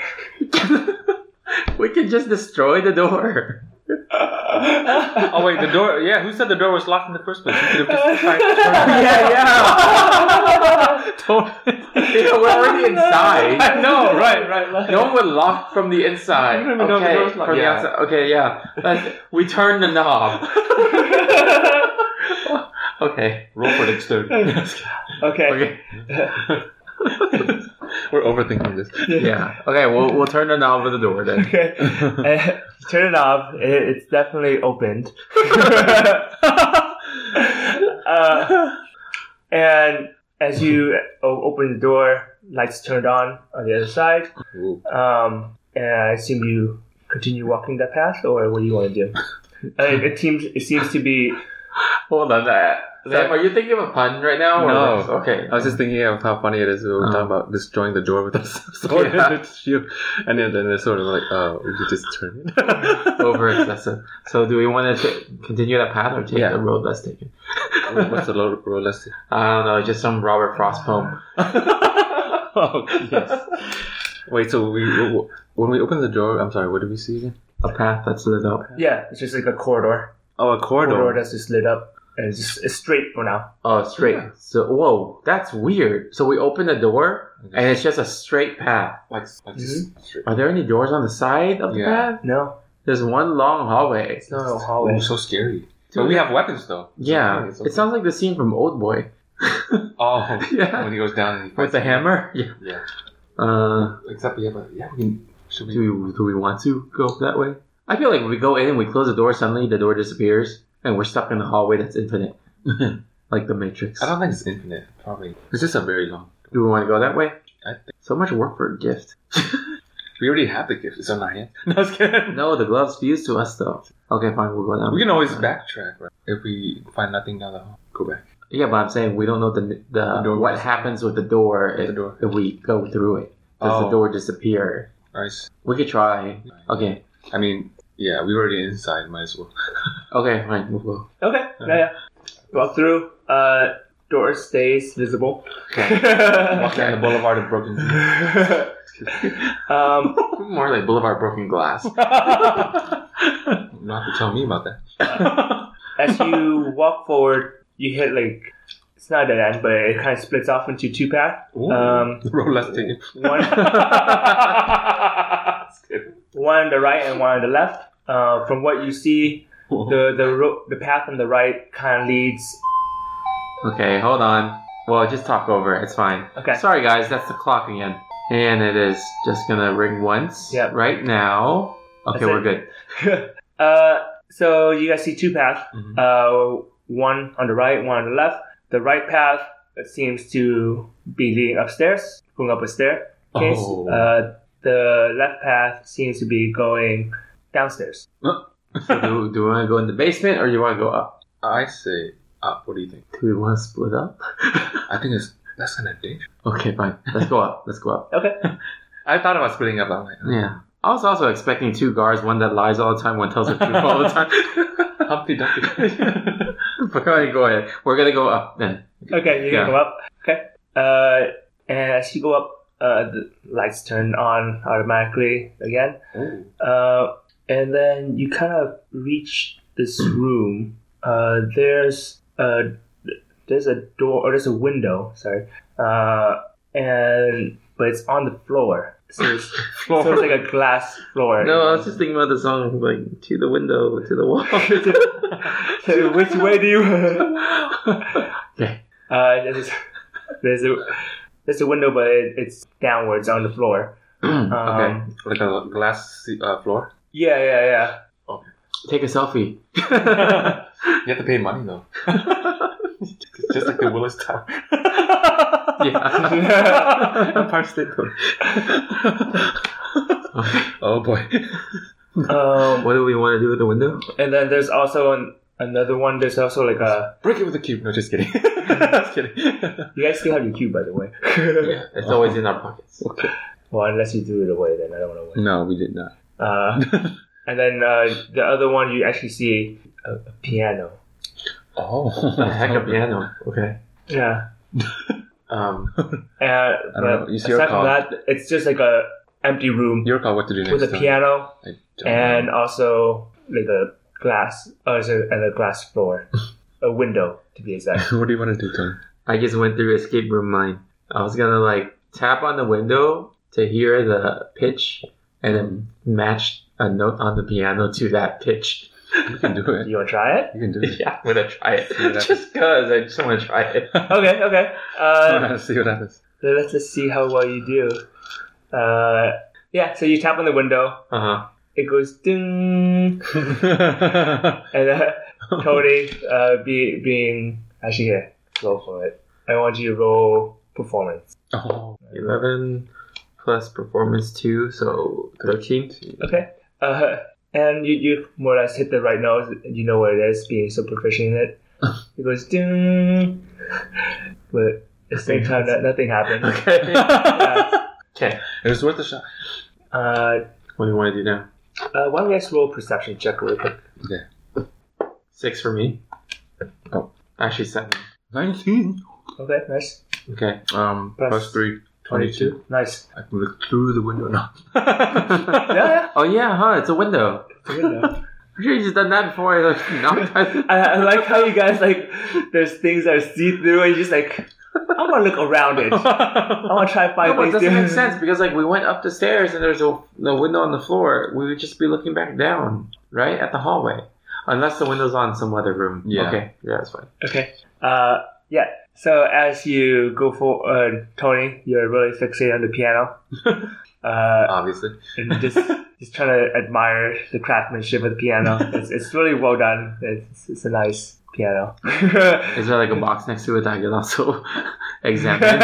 D: we can just destroy the door.
F: oh, wait, the door. Yeah, who said the door was locked in the first place? You could have just tried
D: yeah, yeah. Yeah, we're already inside.
F: No, right, right.
D: No one would lock from the inside.
F: don't even know if the door's
D: Okay,
F: locked.
D: from the
F: Yeah.
D: outside. Okay, yeah. That's- we turn the knob. okay.
F: Roll for dexterity.
E: Okay.
D: Okay.
F: We're overthinking this.
D: Yeah. Okay. We'll we'll turn the knob of the door then.
E: Okay. Uh, turn it off. It, it's definitely opened. uh, and as you o- open the door, lights turned on on the other side.
F: Ooh.
E: Um, and I assume you continue walking that path, or what do you want to do? Uh, it, it seems it seems to be
D: Hold on. That. Sam, are you thinking of a pun right now? or
F: No.
D: what? Okay.
F: I was just thinking of how funny it is we were
D: Uh-huh.
F: talking about destroying the door with a sword
D: Yeah.
F: and a shield. And then, then it's sort of like, oh, we could just turn it.
D: over excessive. So, do we want to continue that path or take
F: Yeah.
D: the road that's taken?
F: Wait, What's the low roll? Let's see.
D: I don't know. Just some Robert Frost poem.
F: Oh, yes. Wait, so we when we open the door, I'm sorry, what did we see again?
D: A path that's lit up.
E: yeah, it's just like a corridor,
F: Oh, a corridor.
E: corridor that's just lit up and it's, just, it's straight for now.
D: Oh, straight. So, whoa, that's weird. So we open the door, and it's just a straight path.
F: Like, like just straight.
D: Are there any doors on the side of the
F: Yeah.
D: path?
E: No,
D: There's one long hallway.
E: it's not a
F: Oh,
E: hallway.
F: so scary. But we have weapons though.
D: Yeah,
F: It's
D: it
F: okay.
D: sounds like the scene from Old Boy
F: Oh,
D: Yeah.
F: When he goes down and he
D: with the
F: fights-
D: hammer. Yeah.
F: Yeah.
D: Uh,
F: Except we have a yeah. We can. Should we?
D: do we, do we want to go that way? I feel like when we go in, we close the door. Suddenly, the door disappears, and we're stuck in a hallway that's infinite, like the Matrix.
F: I don't think it's infinite. Probably. It's just a very long.
D: Do we want to go that way?
F: I
D: So much work for a gift.
F: We already have the gift. It's on our hands. No, I was kidding.
D: No, the glove's fused to us though. Okay, fine, we'll go down.
F: We can always backtrack, right? If we find nothing down the hall, go back.
D: Yeah, but I'm saying we don't know the the,
F: The door
D: what
F: goes-
D: happens with the door
F: The
D: if,
F: door.
D: if we go through it. Does the
F: Oh.
D: door disappear?
F: All right. s-
D: We could try. Okay,
F: I mean, yeah, we already inside. Might as well.
D: okay, fine, we'll go.
E: Okay. Yeah, yeah. Walk through. Uh, door stays visible.
F: Walking on the boulevard of broken.
E: um,
D: More like Boulevard Broken Glass.
F: Not to tell me about that.
E: as you walk forward, you hit like it's not an end, but it kind of splits off into two paths.
F: Ooh.
E: Um,
F: The road less taken.
E: one, one on the right and one on the left. Uh, from what you see, the the ro- the path on the right kind of leads.
D: Okay, hold on. Well, just talk over. it. It's fine.
E: Okay.
D: Sorry, guys. That's the clock again, and it is just gonna ring once.
E: Yep.
D: Right now. Okay,
E: That's
D: we're
E: it.
D: good.
E: uh, so you guys see two paths.
F: Mhm.
E: Uh, one on the right, one on the left. The right path seems to be leading upstairs, going up a staircase.
F: Oh.
E: Uh, the left path seems to be going downstairs.
D: So do, do we want to go in the basement or do you want to go up?
F: I say up. What do you think?
D: Do we want to split up?
F: I think it's that's kind of dangerous.
D: Okay, fine. Let's go up. Let's go up.
E: Okay.
F: I thought about splitting up. I'm like,
D: Yeah. I was also expecting two guards, one that lies all the time, one tells the truth all the time.
F: Humpty Dumpty.
D: But all right, go ahead. We're gonna go up then.
E: Okay, you
D: Yeah.
E: can go up. Okay. Uh, and as you go up, uh, the lights turn on automatically again. Uh, and then you kind of reach this
D: Hmm.
E: room. Uh, there's a there's a door or there's a window. Sorry. Uh, and but it's on the floor. So it's,
F: Floor.
E: so it's like a glass floor.
D: No, I was just thinking about the song, like to the window, to the wall.
E: So which way do you?
D: okay.
E: Uh, there's, there's a there's a window, but it, it's downwards on the floor. Um,
D: Hmm, okay.
F: like a glass se- uh, floor.
E: Yeah, yeah, yeah.
D: Take a selfie.
F: You have to pay money though. It's just like the Willis Tower.
D: Yeah.
F: Empire State Building. oh boy.
E: um,
D: What do we want to do with the window?
E: and then there's also an, another one. There's also like a.
F: Break it with a cube. No, just kidding. just kidding.
E: You guys still have your cube, by the way.
D: Yeah, it's always in our pockets. Okay.
E: Well, unless you threw it away, then I don't want to wait.
F: No, we did not. Hmm.
E: Uh, and then uh, the other one, you actually see a, a piano.
F: Oh,
D: A heck of a piano. Okay.
E: Yeah.
D: Um,
E: Uh,
F: I don't
E: but
F: know. You see your
E: aside
F: call.
E: from that, it's just like a empty room
F: Your call. What to do next?
E: with a
F: time.
E: piano
F: I don't
E: and
F: know.
E: also like a glass, uh, sorry, and a glass floor, a window to be exact.
F: what do you want to do, Tony?
D: I just went through escape room mine. I was gonna like tap on the window to hear the pitch, and then match a note on the piano to that pitch.
F: You can do it.
E: You want to try it?
F: You can do it.
D: Yeah, I'm gonna try it
F: what happens.
D: just cause I just want to try it.
E: Okay, okay. Uh,
F: Let's see what happens.
E: Let's just see how well you do. Uh, yeah, so you tap on the window.
D: Uh huh.
E: It goes ding, and uh, Cody, uh, be, being actually here, roll for it. I want you to roll performance.
F: oh,
D: Eleven plus performance two, so thirteen.
E: Okay. Uh, and you, you more or less hit the right note. You know what it is, being so proficient in it. It goes ding, but at the same time, no- nothing happened.
D: Okay.
E: Yeah.
D: okay.
F: it was worth a shot.
E: Uh,
D: What do you want to do now?
E: uh, why don't we just roll perception check real quick?
D: Six for me.
F: Oh.
D: actually seven.
F: Nineteen.
E: Okay, nice.
D: Okay.
F: Um,
E: Plus-
F: plus, plus three. 22.
E: Nice.
F: I can look through the window now.
E: yeah.
D: Oh yeah, huh? It's a window.
E: yeah.
D: I'm sure you just done that before. I like, knocked
E: I, I like how you guys like there's things that are see through and you're just like I wanna look around it. I
D: out.
E: wanna try to find
D: No, it
E: things.
D: doesn't
E: to-
D: make sense because like we went up the stairs and there's a the window on the floor. We would just be looking back down, right, at the hallway, unless the window's on some other room.
F: Yeah.
D: Okay. Yeah, that's fine.
E: Okay. Uh yeah. So as you go for uh, Tony, you're really fixated on the piano. Uh,
F: Obviously.
E: and just just trying to admire the craftsmanship of the piano. It's, it's really well done. It's, it's a nice piano.
D: Is there like a box next to it that I can also examine?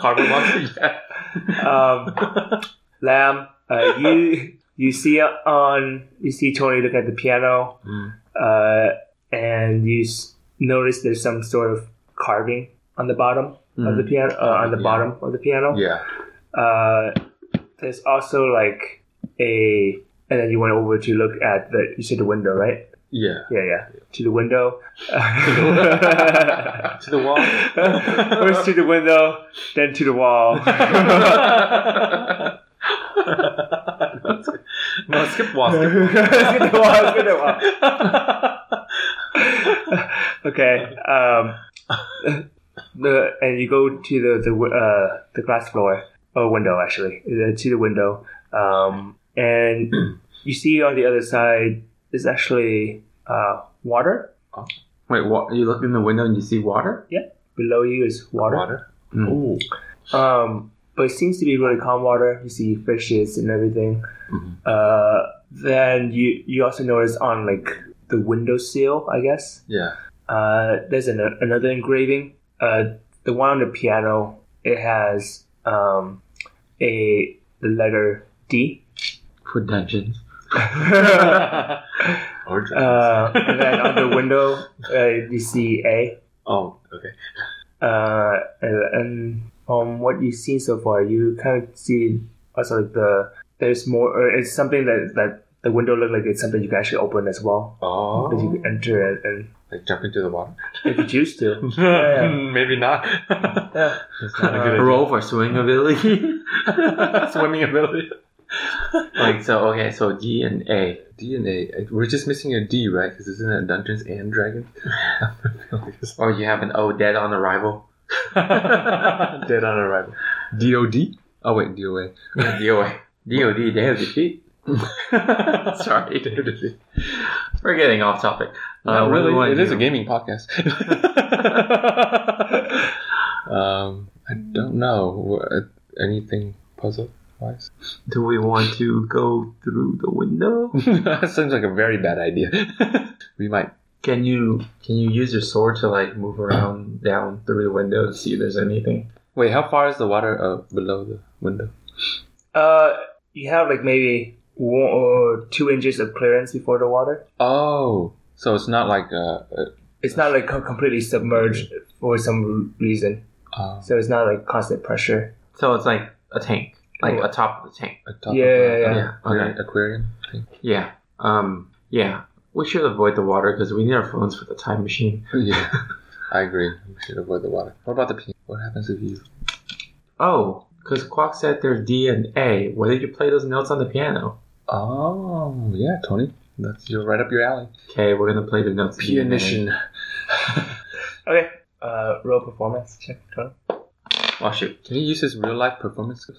E: Cardboard
D: box. Yeah.
E: Um, Lamb, uh, you you see on you see Tony look at the piano,
F: Mm.
E: uh, and you s- notice there's some sort of carving on the bottom of
D: Mm-hmm.
E: the piano uh, on the bottom of the piano.
F: Yeah.
E: Uh, there's also like a and then you went over to look at the you said the window right
F: Yeah.
E: yeah yeah to the window
F: To the wall.
E: first to the window then to the wall
F: no, skip wall. Skip wall.
E: Skip the wall, skip the wall. okay um the and you go to the the wi- uh the glass floor or window actually uh, to the window um and you see on the other side is actually uh water
D: Wait, what? You look in the window and you see water?
E: below you is water,
F: Water.
D: Mm.
F: Ooh.
E: um but it seems to be really calm water you see fishes and everything
F: Mm-hmm.
E: uh then you you also notice on like the windowsill i guess
F: Yeah.
E: Uh, there's an, another engraving. Uh, the one on the piano, it has um, a the letter D.
D: For dungeons.
E: uh,
F: Or dragons.
E: and then on the window, uh, you see A.
F: oh, okay.
E: Uh, and, and from what you've seen so far, you kind of see also like the there's more. Or it's something that that the window look like it's something you can actually open as well.
F: Oh.
E: If you enter it and
F: Like jump into the water?
E: if you choose to. yeah.
F: Maybe not.
E: Yeah.
F: That's not a good idea.
D: Hmm, Roll for swimming ability.
F: Swimming ability.
D: like, so, okay, so D and A.
F: D and A. We're just missing a D, right? Because isn't that Dungeons and Dragons?
D: Or Oh, you have an O dead on arrival.
F: Dead on arrival. D O D. Oh wait, D O A.
D: DOA. DOD, they have defeat. Sorry.
F: Uh,
D: We're getting off topic. Uh,
F: Not
D: what do we wanna
F: really. It is
D: do?
F: a gaming podcast. um, I don't know what- anything puzzle wise.
D: Do we want to go through the window?
F: that seems like a very bad idea. we might.
D: Can you can you use your sword to like move around down through the window to see if there's anything?
F: Wait, how far is the water uh, below the window?
E: Uh, you have like maybe one or two inches of clearance before the water.
F: Oh, so it's not like uh,
E: It's not like com- completely submerged for some reason,
F: uh, uh,
E: so it's not like constant pressure.
D: So it's like a tank, like a top of the tank.
F: a top
E: Yeah,
F: of a,
E: yeah,
D: yeah.
F: aquarium- aquarium thing.
D: Yeah. Um. Yeah. We should avoid the water because we need our phones for the time machine.
F: Yeah, I agree. We should avoid the water. What about the piano? What happens if you?
D: Oh, because Quack said there's D and A. Why did you play those notes on the piano?
F: Oh, yeah, Tony. That's you're right up your alley.
D: Okay, we're gonna play the notes. D and A.
F: Pianician.
E: Okay. Uh, roll performance check. Tony.
D: Oh shoot!
F: Can he use his real life performance skills?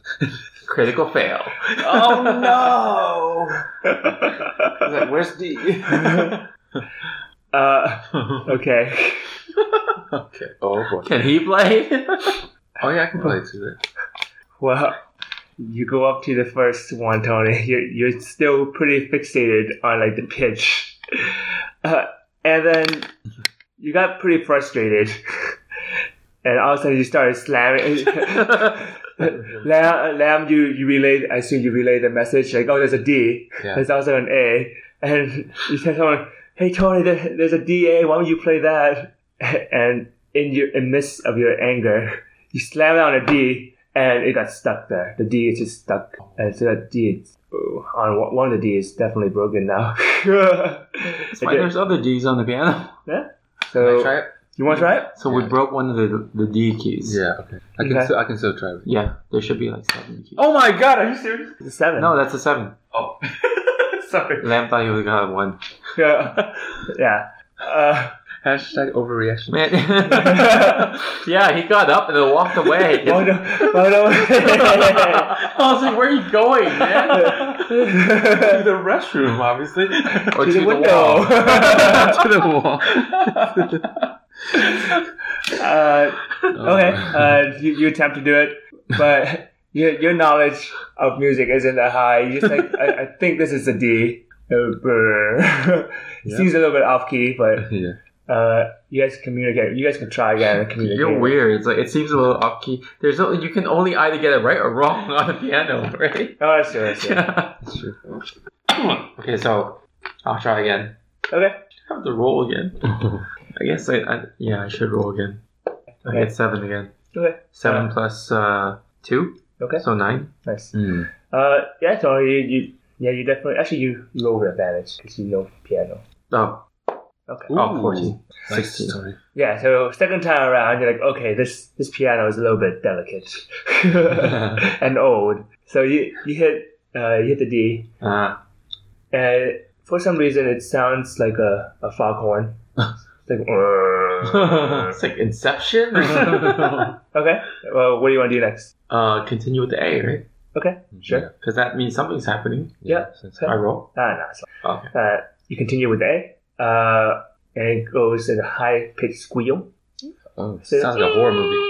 D: Critical fail.
E: Oh no!
D: Where's D?
E: uh, okay.
F: okay. Oh boy.
D: Can he play?
F: Oh yeah, I can play too. right?
E: Well, you go up to the first one, Tony. You're you're still pretty fixated on like the pitch, uh, and then you got pretty frustrated, and all of a sudden you started slamming. Lam, Lam, you you relay. I assume you relay the message like, "Oh, there's a D.
F: Yeah.
E: There's also an A," and you tell someone, "Hey, Tony, there, there's a D A. Why don't you play that?" And in your in midst of your anger, you slam down a D, and it got stuck there. The D is just stuck, and so that D is, oh, on one- one of the D is definitely broken now.
D: That's why there's other D's on the piano.
E: yeah.
F: Can
E: So
F: I try it?
E: you want to try it?
D: So we
F: Yeah.
D: broke one of the the D keys.
F: Yeah. Okay. I can.
E: Okay.
F: Still, I can still try it.
D: Yeah, there should be like seven keys.
F: Oh my god! Are you serious?
E: It's a seven.
D: No, that's a seven.
F: Oh.
E: sorry.
D: Lamb thought he would have one.
E: Yeah. yeah. Uh,
F: Hashtag overreaction.
D: Man. yeah, he got up and then walked away.
E: oh no! Oh
D: I was like, where are you going, man?
E: no!
F: the restroom, obviously.
D: Or
E: to the
D: wall.
E: window.
F: to the wall.
E: uh, okay,
F: Oh.
E: uh, you, you attempt to do it, but your, your knowledge of music isn't that high. You just like, I, I think this is a D. Uh, brr. It
F: Yeah.
E: Seems a little bit off key, but
F: yeah.
E: Uh, you guys communicate. You guys can try again and communicate.
D: You're weird. It's like it seems a little off key. There's no, you can only either get it right or wrong on the piano, right?
E: Oh, that's true. That's true.
D: Yeah. okay, so I'll try again.
E: Okay.
D: I have to roll again. I guess I, I yeah I should roll again. I
E: Okay.
D: get seven again.
E: Okay.
D: Seven plus uh, two,
E: Okay.
D: so nine.
E: Nice.
F: Hmm.
E: Uh, yeah, Tony, you, you, yeah, you definitely. Actually, you roll with advantage because you know piano.
D: Oh,
E: Okay.
D: oh, 14.
F: Nice,
D: 16.
F: Tony.
E: Yeah. So second time around, you're like, okay, this this piano is a little bit delicate and old. So you you hit uh, you hit the D,
D: Uh,
E: and for some reason, it sounds like a a foghorn. It's like.
D: it's like Inception. uh,
E: Okay. Well, what do you want to do next?
D: continue with the A, right?
E: Okay. Sure.
D: Because that means something's happening.
E: Yeah.
F: since-
D: I roll.
E: Ah, no, it's
D: Okay.
E: fine. Uh, you continue with A, uh, and it goes in a high pitched squeal.
F: Oh,
E: So-
F: sounds like a horror movie.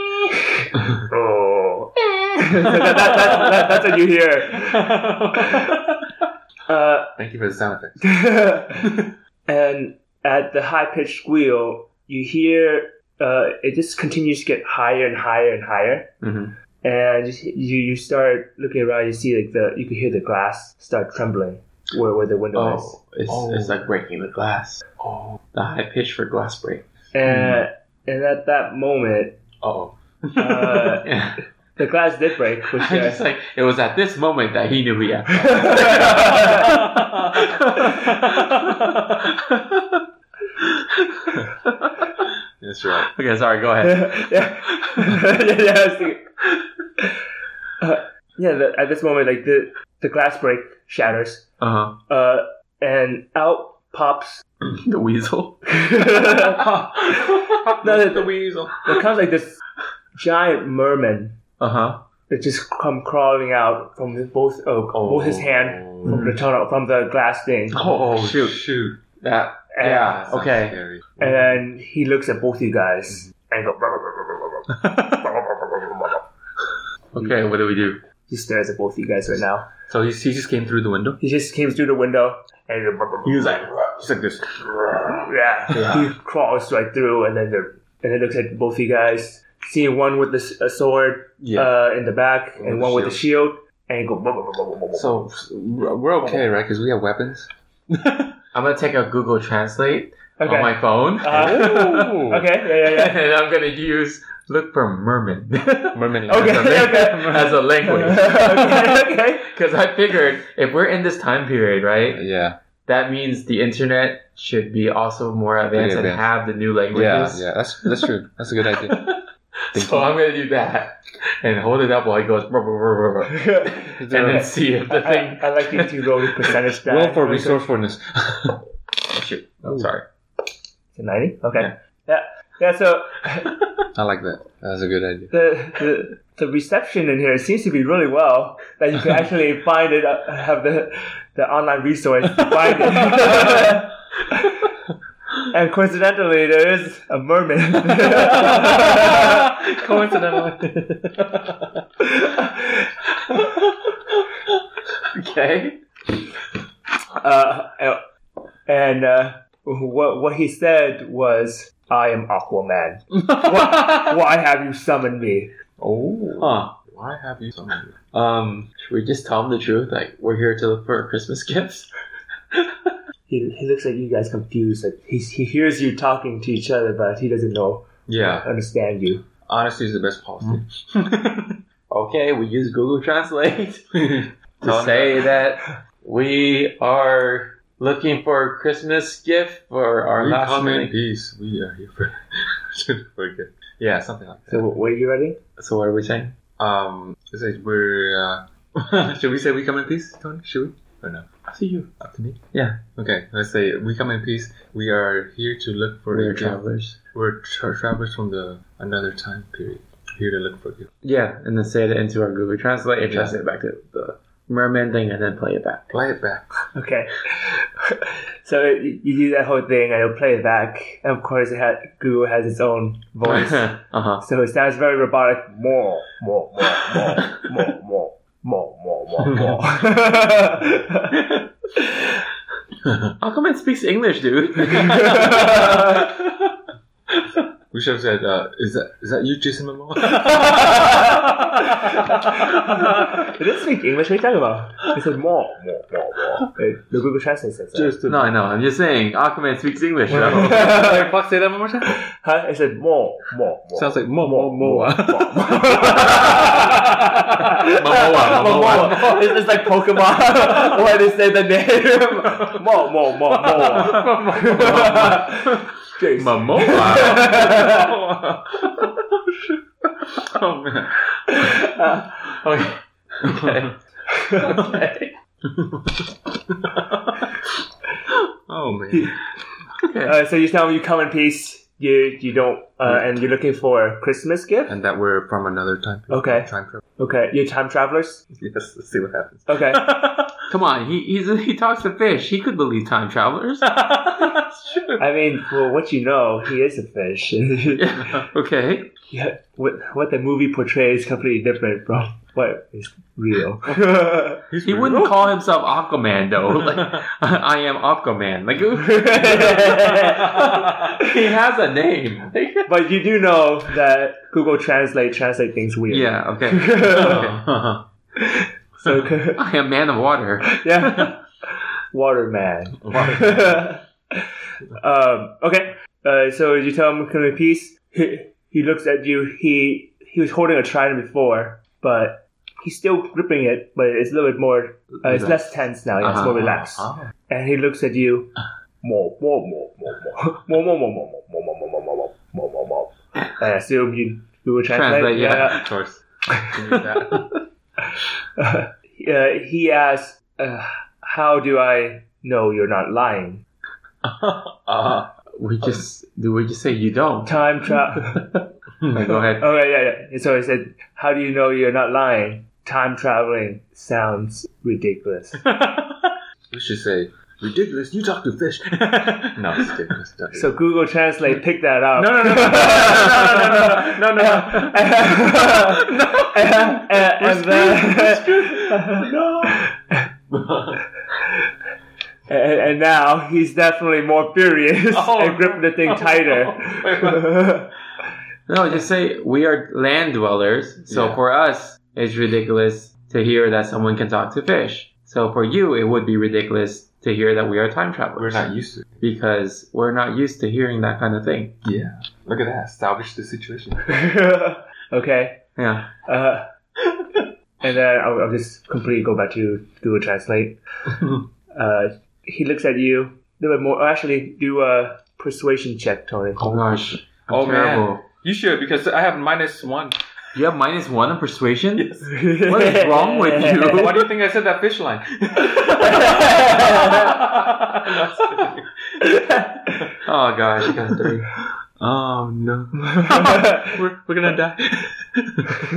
E: Oh. that, that, that, that's what you hear. uh,
F: Thank you for the sound effects.
E: and at the high pitched squeal, you hear uh, it just continues to get higher and higher and higher.
D: Mhm.
E: And you, you you start looking around, you see like the you can hear the glass start trembling where, where the window is.
D: Oh, it's,
F: Oh.
D: it's like breaking the glass. Oh, the high pitch for glass break.
E: And
D: Mm-hmm.
E: and at that moment,
F: Oh,
E: uh,
D: Yeah.
E: the glass did break, which
D: I
E: uh,
D: just like it was at this moment that he knew he had.
F: that's right.
D: okay, sorry. Go ahead.
E: yeah, yeah, yeah. I was thinking- Uh, yeah, the, at this moment, like the the glass break shatters,
D: Uh huh.
E: uh, and out pops.
D: The weasel.
E: there
D: no, the weasel.
E: comes like this giant merman
D: Uh huh.
E: that just come crawling out from the, both uh, both his hand from the tunnel from the glass thing,
D: Oh shoot.
F: shoot.
D: That.
E: and,
D: Yeah.
F: That sounds
D: okay.
F: scary.
E: and then he looks at both you guys and go.
D: Okay. What do we do?
E: He stares at both you guys right now.
F: So he, he just came through the window.
E: He just came through the window and
D: He was like,
F: He's like this.
E: Yeah.
F: Yeah.
E: He crawls right through and then the and then looks at both you guys. See one with the s- a sword
F: Yeah.
E: uh, in the back
F: With
E: and
F: the
E: one with the shield. And go.
F: so we're okay, right? Because we have weapons.
D: I'm gonna take out Google Translate
E: okay.
D: on Oh my phone,
E: Uh, okay. Yeah. Yeah. Yeah.
D: and I'm gonna use look for merman
F: Merman.
E: Okay.
D: as, a,
E: Okay.
D: lang- as a language.
E: okay. Okay.
D: Because I figured if we're in this time period, right,
F: Yeah.
D: that means the internet should be also more advanced, and
F: advanced.
D: have the new
F: Yeah.
D: languages.
F: Yeah. That's that's true. That's a good idea. Thank
D: So
F: you.
D: I'm gonna do that and hold it up while it goes, "Brr, brr, brr, brr, brr,"
F: Is there
D: and
F: a-
D: then see if the
E: I,
D: thing.
E: I like you to roll the percentage. die.
F: Roll for resourcefulness.
D: Oh, shoot, I'm sorry.
E: It's a ninety. Okay. Yeah. yeah. so
F: I like that. That's a good idea.
E: the, the the reception in here seems to be really well that you can actually find it, uh, have the the online resource to find it. and coincidentally, there is a merman.
D: Coincidentally. okay.
E: uh, and uh, what what he said was, "I am Aquaman. why, why have you summoned me?"
F: Oh.
D: Huh.
F: Why have you so many?
D: Um, should we just tell them the truth? Like, we're here to look for Christmas gifts?
E: He, he looks at you guys confused. Like he, he hears you talking to each other, but he doesn't know
F: Yeah.
E: understand you.
F: Honesty is the best policy.
D: okay, we use Google Translate to say that we are looking for a Christmas gift for our
F: we
D: last
F: come in
D: minute.
F: peace. We are here for to forget. Yeah, something like
E: So were you ready?
D: So what are we saying?
F: that. Um, it's like we're. Uh, should we say we come in peace, Tony? Should we? Or no?
D: I see you.
F: Up to me.
D: Yeah.
F: Okay. Let's say we come in peace. We are here to look for
D: We're
F: a gift.
D: travelers.
F: We're tra- travelers from the another time period. Here to look for you.
D: Yeah, and then say it into our Google Translate and
F: Yeah.
D: translate it back to the merman thing and then play it back.
F: Play it back.
E: Okay. so you you do that whole thing and it'll play it back. And of course, it had, Google has its own voice.
D: uh-huh.
E: so it sounds very robotic. More, more, more, more, more, more, more, more, more, more.
D: How come it speaks English, dude?
F: We should have said, uh, "Is that is that you, Jason Momoa?"
E: they didn't speak English. What are you talking about? They said more, more, more, more. Uh, The Google Translate says that.
F: Jason.
D: No, I know. I'm just saying, Aquaman speaks English. though.
F: like, fuck, say that one more time.
E: huh? It said more, more, more.
F: Sounds like mo mo moa.
E: Momoa,
F: Momoa.
E: It's, it's like Pokemon when they say the name. Mo, mo, mo, mo. Jason.
F: Momoa.
D: oh man. okay. Okay. okay.
F: Oh man.
E: Uh, so you tell me you come in peace. You you don't, uh, and you're looking for a Christmas gift.
F: And that we're from another time. period.
E: Okay.
F: Time period.
E: Okay, you're time travelers.
F: Yes. Let's see what happens.
E: Okay,
D: Come on, he he's he talks to fish. He could believe time travelers.
E: I mean, well, what you know, he is a fish.
D: okay.
E: yeah, what what the movie portrays is completely different from what is real.
F: He's
D: He
F: rude.
D: wouldn't call himself Aquaman though. Like I am Aquaman. Like he has a name. Like,
E: but you do know that Google Translate translate things weird.
D: yeah. Okay. okay.
F: Uh-huh.
E: So
D: I am man of water.
E: yeah, Waterman. um, okay, uh, so you tell him come in peace. He, he looks at you. He he was holding a trident before, but he's still gripping it, but it's a little bit more. Uh, it's less tense now.
D: Uh-huh.
E: Yeah, it's
F: Uh-huh.
E: more relaxed. And he looks at you. More, more, more, more, more, more, more, more, more, more, more, more, more, more, more, more, more, more. And I assume you you will translate.
D: Translate, yeah.
F: Of course. You need that.
E: Uh, he asks, uh, "How do I know you're not lying?"
F: Uh,
D: We just do. We just say you don't.
E: Time travel.
D: Like, go ahead.
E: Okay, Oh, yeah, yeah. And so I said, "How do you know you're not lying? Time traveling sounds ridiculous."
F: we should say ridiculous. You talk to fish. no, it's ridiculous. Don't do
E: so Google Translate picked that up.
F: No, no, no, no, no, no, no, no, no,
E: and, and uh, then, and, and now he's definitely more furious
F: Oh,
E: and gripping the thing tighter.
D: No, just say we are land dwellers. So
F: Yeah.
D: for us, it's ridiculous to hear that someone can talk to fish. So for you, it would be ridiculous to hear that we are time travelers.
F: We're not used to it.
D: because we're not used to hearing that kind of thing.
F: Yeah. Look at that. Salvage the situation.
E: okay.
D: Yeah.
E: Uh, and then I'll, I'll just completely go back to Google Translate. uh, he looks at you a little bit more. oh, Actually, do a persuasion check, Tony.
D: Oh gosh. I'm
F: Oh, man.
D: terrible.
F: You should because I have minus one.
D: You have minus one on persuasion.
E: what
D: is wrong with you?
F: Why do you think I said that fish line?
D: Oh gosh, I got a three.
F: oh no. We're, we're gonna die.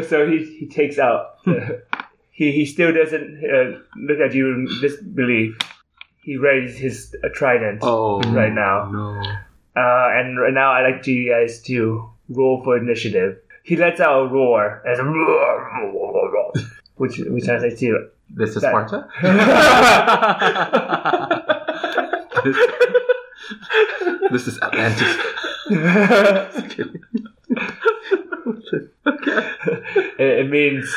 E: so, so he he takes out. he he still doesn't uh, look at you in disbelief. He raises his uh, trident
F: Oh
E: right now.
F: no.
E: Uh, and right now, I'd like you guys to roll for initiative. He lets out a roar as a roar, which which translates to
D: This is Sparta.
F: This, this is Atlantis.
E: it, it means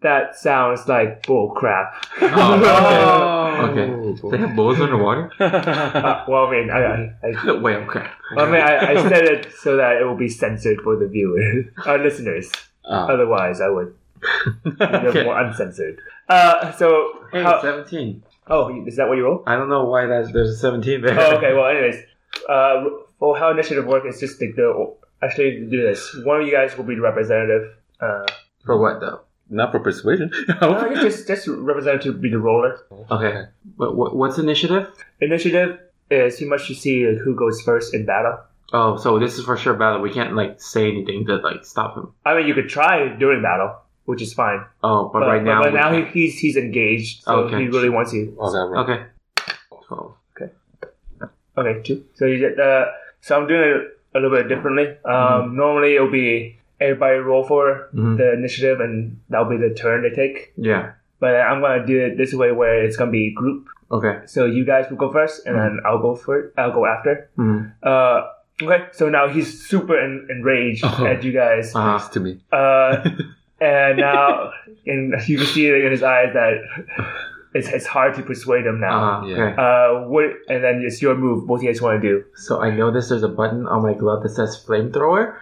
E: that sounds like bull crap.
D: Oh, okay. okay. They have bulls underwater.
E: Uh, well, I mean, I, I, I,
D: Wait, okay.
E: I mean, I, I said it so that it will be censored for the viewers, our listeners.
F: Uh,
E: Otherwise, I would be
D: Ah. Okay.
E: more uncensored. Uh, so,
D: Hey,
E: how,
D: seventeen.
E: oh, is that what you roll?
D: I don't know why that there's a seventeen there.
E: oh, okay. Well, anyways, uh, for how initiative work is just like the actually do this. One of you guys will be the representative. Uh,
D: For what though?
F: not for persuasion.
E: no, I guess just just representative will be the roller.
D: Okay. What, what, what's initiative?
E: Initiative is pretty much to see like, who goes first in battle.
D: Oh, so this is for sure battle. We can't like say anything to like stop him.
E: I mean, you could try during battle, which is fine.
D: Oh, but, right now.
E: but
D: we
E: now he,
D: can't.
E: he's he's engaged, so
D: Okay.
E: he really wants you.
F: Oh, that wrong.
D: Okay. Twelve.
E: Okay, two. So you get uh, so I'm doing it a little bit differently. Um,
D: Mm-hmm.
E: Normally it'll be everybody roll for
D: Mhm.
E: the initiative, and that'll be the turn they take.
D: Yeah.
E: But I'm gonna do it this way where it's gonna be group.
D: Okay.
E: So you guys will go first, and then I'll go for I'll go after.
D: Mhm.
E: Uh, Okay, so now he's super en- enraged
D: Uh-huh.
F: Oh.
E: at you guys.
F: Uh, to me.
E: Uh, and now, and you can see it in his eyes that it's, it's hard to persuade him now.
D: Uh,
F: Yeah.
D: okay.
E: Uh, what? And then it's your move. What do you guys want to do?
D: So I noticed there's a button on my glove that says flamethrower.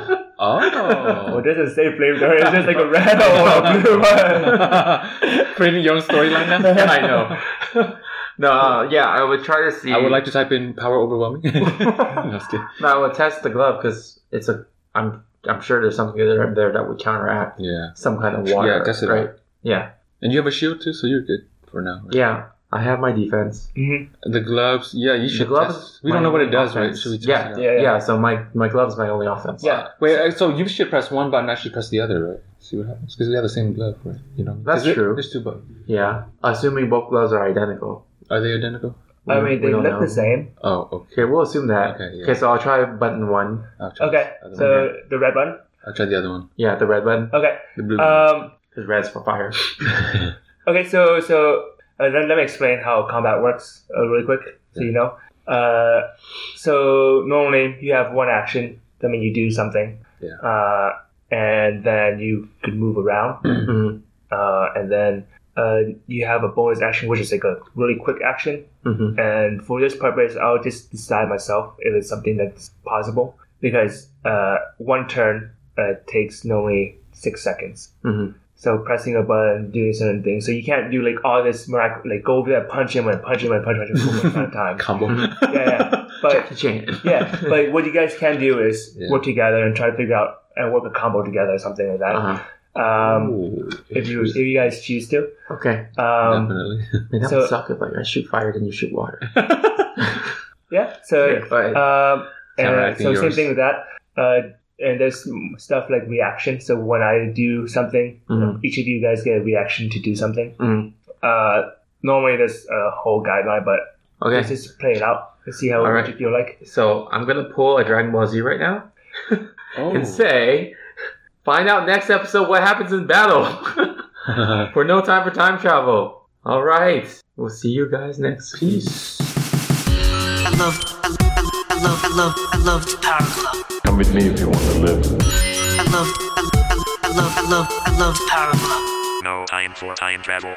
D: Uh-huh.
E: Well,
F: Oh.
E: it doesn't say flamethrower. It's just like a red or a blue one.
F: Creating your own storyline now?
D: I know. no, uh, yeah, I would try to see.
F: I would like to type in power overwhelming. no, I'm just kidding.
D: No, I would test the glove because it's a. I'm I'm sure there's something there there that would counteract
F: Yeah.
D: some kind of water.
F: Yeah, test it
D: right.
F: out.
D: Yeah,
F: And you have a shield too, so you're good for now. right?
D: yeah. I have my defense.
E: Mm-hmm.
F: The gloves, yeah, you
D: The
F: should
D: gloves-
F: test. We don't know what it does, right?
D: offense.
F: Should we test
D: yeah,
F: it out?
D: yeah, yeah, So my my glove's my only offense.
E: Yeah.
F: Wait, uh, so you should press one button, I should press the other, right? See what happens? Because we have the same glove, right? You know,
D: That's
F: Is it-
D: true.
F: There's two buttons.
D: yeah. Assuming both gloves are identical.
F: Are they identical?
D: We-
E: I mean,
D: we
E: they
D: don't
E: look
D: know.
E: the same.
F: Oh, okay.
D: Okay, we'll assume that.
F: Okay, yeah.
D: okay, so I'll try button one.
F: I'll try
E: Okay,
F: this other
E: so
F: one.
E: the red one.
F: I'll try the other one.
D: Yeah, the red button.
E: Okay.
F: The blue
E: Um.
D: Because red's for fire.
F: one.
E: Okay. So so uh, let, let me explain how combat works uh, really quick, so you know. Uh, so normally you have one action. I mean, you do something.
F: Yeah.
E: Uh, and then you could move around.
D: Mhm.
E: Uh, and then uh, you have a bonus action, which is like a really quick action.
D: Mhm.
E: And for this purpose, I'll just decide myself if it's something that's possible because uh, one turn uh, takes normally six seconds.
D: Mhm.
E: So pressing a button, doing certain things. So you can't do like all this mirac like go over there, punch him and punch him and punch him and punch him at a time.
F: Combo.
E: Yeah, yeah. But
D: Cha-ching.
E: yeah, but what you guys can do is
F: Yeah.
E: work together and try to figure out and work a combo together or something like that.
D: Uh-huh.
E: Um,
F: Ooh,
E: if you if you guys choose to.
D: Okay.
E: Um,
F: Definitely.
D: I mean, that
E: So-
D: would suck if like I shoot fire, then you shoot water.
E: yeah. So
D: But uh,
E: Um, and
F: Counteracting
E: so same
F: yours.
E: thing with that. Uh, and there's mm, stuff like reaction. So when I do something,
F: Mm-hmm.
D: Mhm.
E: each of you guys get a reaction to do something.
D: Mhm.
E: Uh, normally there's a whole guideline, but
D: okay.
E: let's just play it out and see how
D: All
E: what
D: right.
E: you feel like.
D: So I'm gonna pull a Dragon Ball Z right now
F: Oh.
D: and say, find out next episode what happens in battle for no time for time travel. All right, we'll see you guys next. Peace.
A: I love, I love, I love, I love, I love the power glove.
B: Come with me if you want to live.
A: I love, I love, I love, I love, I love the power glove.
C: No time for time travel.